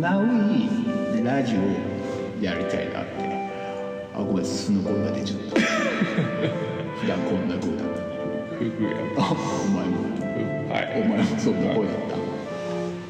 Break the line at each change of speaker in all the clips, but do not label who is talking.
ナウいラジオやりたいなってあごめん素の声が出ちゃった 普段こんな声だった
ふぐやん
あお前も
はい
お前もそんな声だっ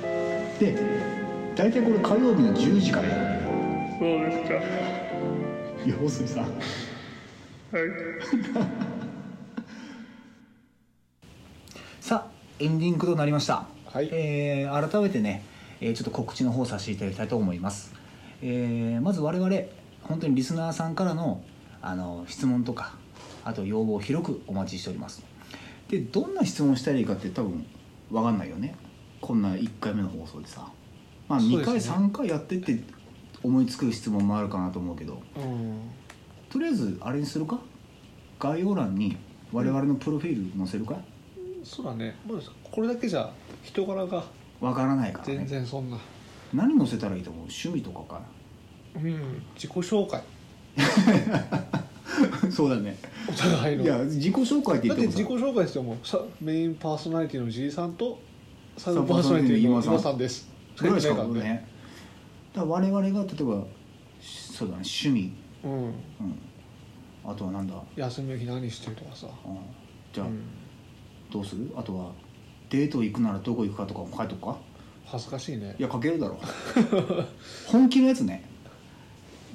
た、で大体これ火曜日の10時からやる
そうですか
のよ大杉さん
はい
さあエンディングとなりました、
はい
えー改めてね、えーちょっと告知の方をさせていただきたいと思います、えーまず我々本当にリスナーさんからのあの質問とかあと要望を広くお待ちしておりますでどんな質問したらいいかって多分分かんないよねこんな1回目の放送でさまあ
そう
2
ですね
回、3回やってって思いつく質問もあるかなと思うけど
うん
とりあえずあれにするか概要欄に我々のプロフィール載せるか
そうだねまあこれだけじゃ人柄が
わからないからね
全然そんな
何載せたらいいと思う趣味とかか
うん自己紹介
なそうだね
お互いの
いや自己紹介って
だ
言
っ
ってて
自己
もさ
紹介してもさメインパーソナリティのじいさんとサ
う
ブパーソナリティの
パーソナリティの今さん
今さんです
ぐらいしか
しか
も
言ってない
ねだから我々が例えばしそうだね趣味、
からねうん
うん、あとはなんだ、
休みの日何してるとかさ
うんじゃあ
うん
どうするあとはデート行くならどこ行くかとかも書いとくか
恥ずかしいね
いや書けるだ ろ本気のやつね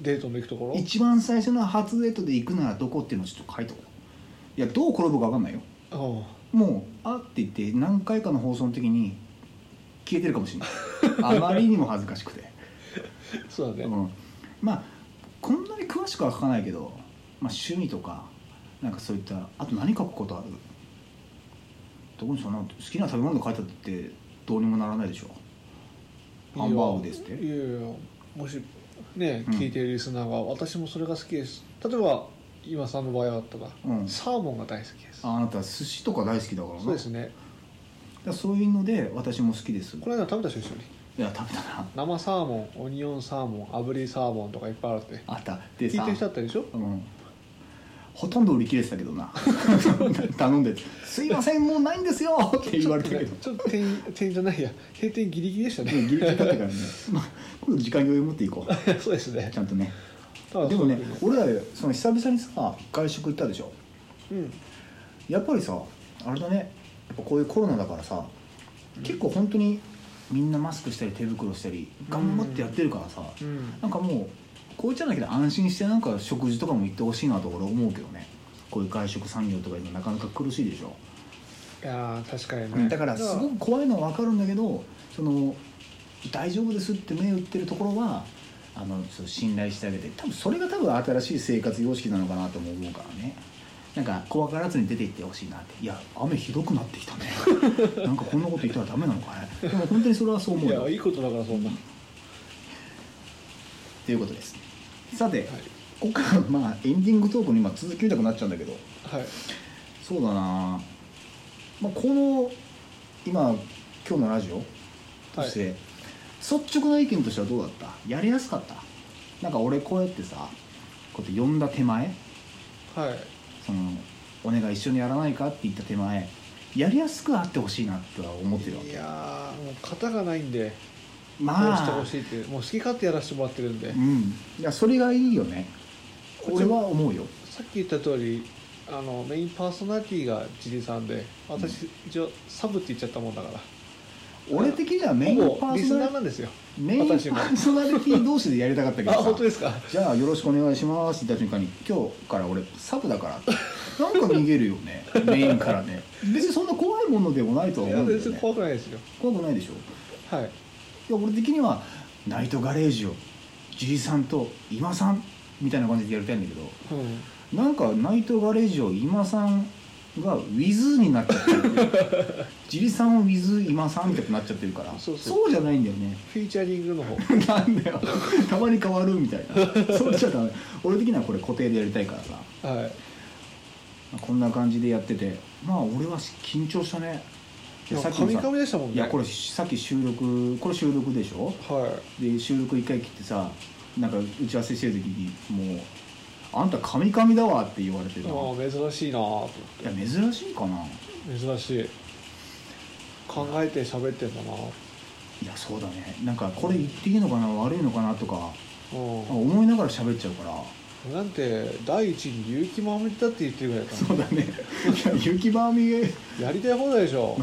デートの行くところ
一番最初の初デートで行くならどこっていうのをちょっと書いとこういやどう転ぶか分かんないよ
うん
もう「あ」って言って何回かの放送の時に消えてるかもしれ ないあまりにも恥ずかしくて、
そうだ
う
ね
ん、まあこんなに詳しくは書かないけど、まあ、趣味とかなんかそういったあと何書くことある特にその好きな食べ物が書いてあってどうにもならないでしょハンバーグですっ
い
て
やいやいやもしね
うん
聞いてるリスナーが私もそれが好きです例えば今さんの場合はとか
うん
サーモンが大好きです
ああなた寿司とか大好きだからな
そうですね
だからそういうので私も好きです
この間食べたでしょ一緒に
いや食べたな
生サーモンオニオンサーモン炙りサーモンとかいっぱいあるって
あったで
聞い
さ
てる人だったでしょ
うんほとんど売り切れてたけどな 頼んで「すいませんもうないんですよ」って言われたけど
ちょっと店 員店員じゃないや閉店ギリギリでしたね
うんギリギリだったからね、まあ、今度時間余裕持っていこ
そうですね
うちゃんとね
ただ
でもね
そういう
俺らその久々にさ外食行ったでしょ
うん
やっぱりさあれだねやっぱこういうコロナだからさ結構本当にみんなマスクしたり手袋したり頑張ってやってるからさ、
うん
なんかもうこういっちゃないけど安心してなんか食事とかも行ってほしいなと俺思うけどねこういう外食産業とか今なかなか苦しいでしょ、
いやー確かにね
だからすごく怖いのは分かるんだけどその大丈夫ですって目打ってるところはあのそう信頼してあげて多分それが多分新しい生活様式なのかなとも思うからねなんか怖がらずに出て行ってほしいなっていや雨ひどくなってきた ねなんかこんなこと言ったらダメなのかねでも本当にそれはそう思
いうや
よ
いいことだからそんな、
ということですさて、ここからまあエンディングトークに今続き見たくなっちゃうんだけど
はい
そうだな、まあ、この今今日のラジオとして、率直な意見としてはどうだったやりやすかったなんか俺こうやってさこうやって呼んだ手前
はい
そのお願い一緒にやらないかって言った手前やりやすくあってほしいなとは思ってるわ
い
け
やーもう型がないんでこう
ま
して
あ
ほしいっていうもう好き勝手やらせてもらってるんで、
うんいやそれがいいよね俺は思うよ
さっき言った通りあのメインパーソナリティがジリさんで私一応サブって言っちゃったもんだから
俺的にはメイン
ほ
パ
ぼリ
ー
ス
ソナ
ナ
リ
ーなんですよ
メインパ
私も
ーソナリティ同士でやりたかったけ
あ
どさ
本当ですか
じゃあよろしくお願いしますって言った瞬間に今日から俺サブだからってなんか逃げるよねメインからね別にそんな怖いものでもないとはい思う
や
んだよ、
別に
ね、
怖くないですよ
怖くないでしょ
はい
いや俺的にはナイトガレージをじいさんと今さんみたいな感じでやりたいんだけど
うん
なんかナイトガレージを今さんがウィズになっちゃってる ジリさんをウィズ今さんみたいになっちゃってるから
そうそう
じゃないんだよね
フィーチャリングの方
なんだよたまに変わるみたいなそうじゃダメ俺的にはこれ固定でやりたいからさ
はい
こんな感じでやっててまあ俺は緊張したねいや
なん
さ
か
っきもさ
神々でしたもんね
いやこれさっき収録これ収録でしょ
は
で収録1回切ってさなんか打ち合わせしてる時にもう「あんた神々だわ」って言われて
い
た
ああ珍しいなと
いや珍しいかな
珍しい考えて喋ってんだない
やそうだねなんかこれ言っていいのかな悪いのかなとか
うん
思いながら喋っちゃうから
なんて第一に有機もはめだって言ってるぐらいだか
そうだね雪ばみが
らやりたい放題でしょ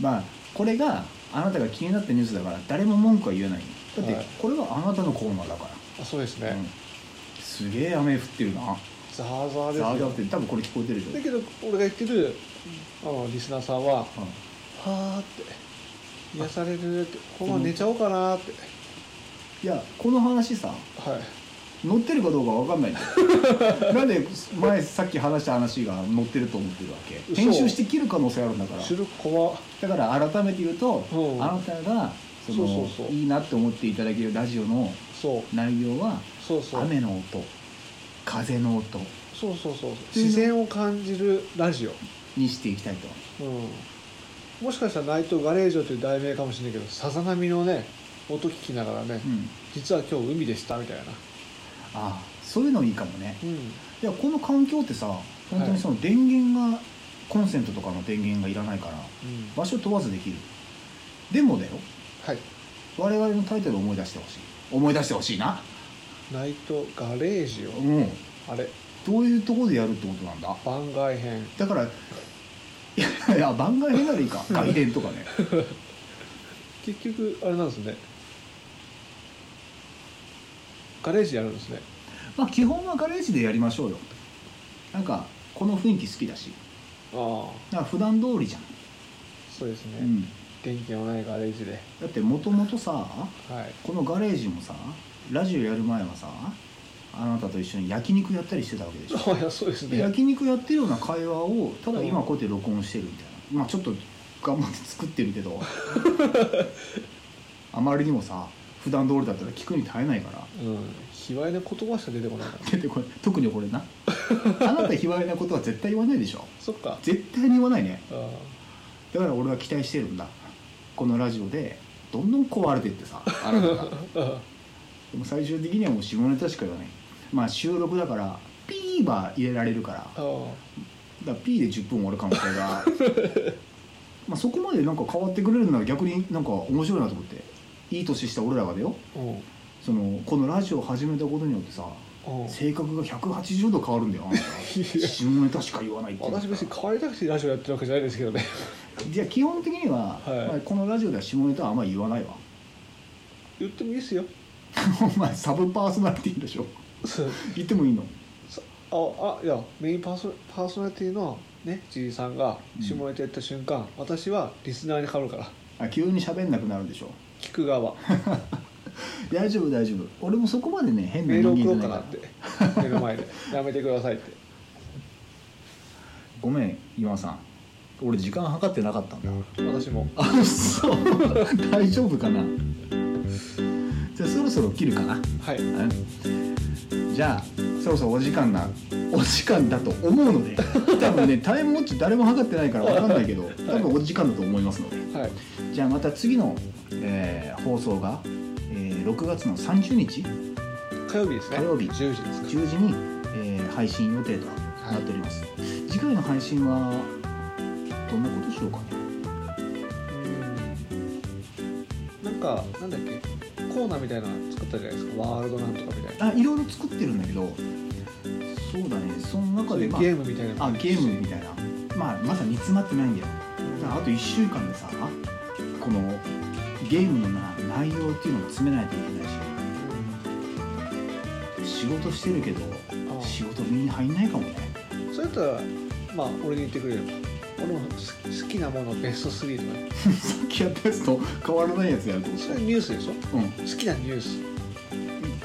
まあこれがあなたが気になったニュースだから誰も文句は言えないだって
はい
これはあなたのコーナーだか
あそうですね、
ら、うんすげえ雨降ってるな
ザーザーです
ザーザーっ
よ
て多分これ聞こえてる
だ
でし
けど俺が言ってるあのリスナーさんは
ょ、うん
「はーって癒されるってこのまま寝ちゃおうかなって、
いやこの話さ
はい
乗ってるかどうかわかんないん だよなんで前さっき話した話が乗ってると思ってるわけ
嘘
編集して切る可能性あるんだから
収録怖っ
だから改めて言うと、
うん
あなたがその
そうそうそう
いいなって思っていただけるラジオの
そう
内容は
そうそう
雨の音風の音
そうそうそう
ていうの
自然を感じるラジオ、
にしていきたいと
うん、もしかしたら「ナイトガレージョ」という題名かもしれないけどさざ波のね音聞きながらね、
うん
実は今日海でしたみたいな
ああそういうのいいかもね
うん
いやこの環境ってさ本当にその電源が、コンセントとかの電源がいらないから
うん
場所問わずできるでもだよ
はい
我々のタイトルを思い出してほしい思い出してほしいな
「ナイトガレージョ
うん」
あれ
どういうところでやるってことなんだ
番外編
だからいやいや番外編ならいい か外伝とかね
結局あれなんですねガレージやるんですね
まあ基本はガレージでやりましょうよなんかこの雰囲気好きだし
ああ
だから普段通りじゃん、
そうですね、
うん、
電気のないガレージで
だってもともとさ
はい
このガレージもさラジオやる前はさあなたと一緒に焼肉やったりしてたわけでしょ
あいやそうです
で
ね
焼肉やってるような会話をただ今こうやって録音してるみたいなまあちょっと頑張って作ってるけどあまりにもさ普段通りだったら聞くに耐えないから
うん卑猥な言葉しか出てこないから
出てこれ特にこれなあなた卑猥なことは絶対言わないでしょ
そっか
絶対に言わないね
あ
だから俺は期待してるんだこのラジオでどんどん壊れてってさあなたが
ああ
でも最終的にはもう下ネタしか言わないまあ収録だからピーバー入れられるから
ああ
だから P で10分終わる可能性 がまあそこまでなんか変わってくれるなら逆になんか面白いなと思っていい年した俺らがだよ
うん
そのこのラジオを始めたことによってさ
うん
性格が180度変わるんだよあんた下ネタしか言わないって
私別に変わりたくてラジオやってるわけじゃないですけどね
じゃあ基本的には、
はい
まあこのラジオでは下ネタはあんまり言わないわ
言ってもいいですよ
お前サブパーソナリティでしょ
そう
言ってもいいの
そああいやメインパーソパーソナリティのねじいさんが
うん
下ネタやった瞬間、私はリスナーに変わるから
あ急に喋んなくなるでしょ
聞 く側
大丈夫大丈夫俺もそこまでね変な
メール送
人
ろ
間
う
じゃ
か
なから
ないって 目の前でやめてくださいって
ごめん今さん俺時間計ってなかったんだ
私も
あそう大丈夫かなじゃあそろそろ切るかな
はい
うんじゃあそろそろお時間なお時間だと思うので多分ねタイムウォッチ誰も測ってないから分かんないけど多分お時間だと思いますので
はい
じゃあまた次の、えー放送が、えー6月の30日
火曜日ですね
火曜日
10時ですか
10時に、えー配信予定となっております、次回の配信はどんなことしようかね
うんなんかなんだっけコーナーみたいなの作ったじゃないですかワールドなんとかみたいな
あいろいろ作ってるんだけどそうだねその中
そうい
で、
う
まあ、
ゲームみたいな
あゲームみたいな、まあ、まだ煮詰まってないんだよだからあと1週間でさこのゲームのな内容っていうのを詰めないといけないし仕事してるけど
ああ
仕事身に入んないかもね
それやったらまあ俺に言ってくれれば俺も好好きなものベスト3とかね
さっきやったやつと変わらないやつやるってこ
それニュースでしょ
とうん
好きなニュース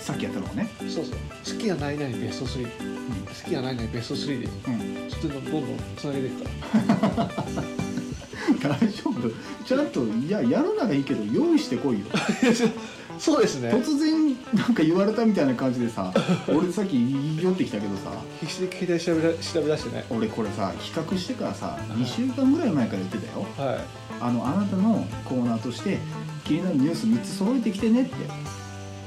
さっきやったのはね
そうそう好きな何々ベスト3、好きな何々ベスト3で
うん
ちょっとどんどんつなげていくから
大丈夫ちゃんといややるならいいけど用意してこいよ
そうですね
突然なんか言われたみたいな感じでさ俺さっき言い寄ってきたけどさ
必死で携帯調べら調べ出してね
俺これさ比較してからさ2週間ぐらい前から言ってたよ
は
あのあなたのコーナーとして気になるニュース3つ揃えてきてねって
い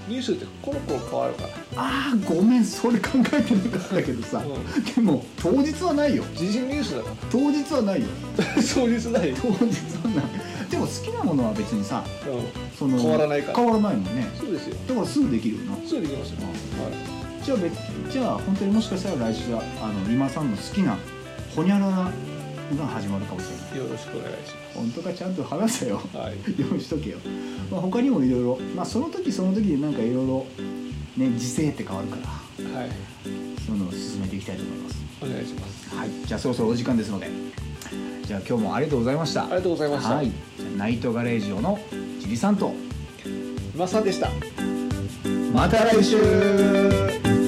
ニュースってコロコロ変わるから
ああごめんそれ考えてなかったけどさ、
うん
でも当日はないよ
時事ニュースだか
当日はないよ
らそういう時代
当日はないでも好きなものは別にさ
うん
その
変わらないから
変わらないもんね
そうですよ
だからすぐできるよな
すぐできますよはい
じゃあ別じゃあ本当にもしかしたら来週はあの今さんの好きなほにゃららが始まるかもしれない
よろしくお願いし
本当かちゃんと話せよ
ます。はい。
用意しとけよ、まあ、他にもいろいろまあその時その時でなんかいろいろね時勢って変わるから
はい。
そういうのを進めていきたいと思います
お願いします。
はいじゃあそろそろお時間ですのでじゃあ今日もありがとうございました
ありがとうございました。
はいじゃあナイトガレージオのちりさんと
今さんでした。
また来週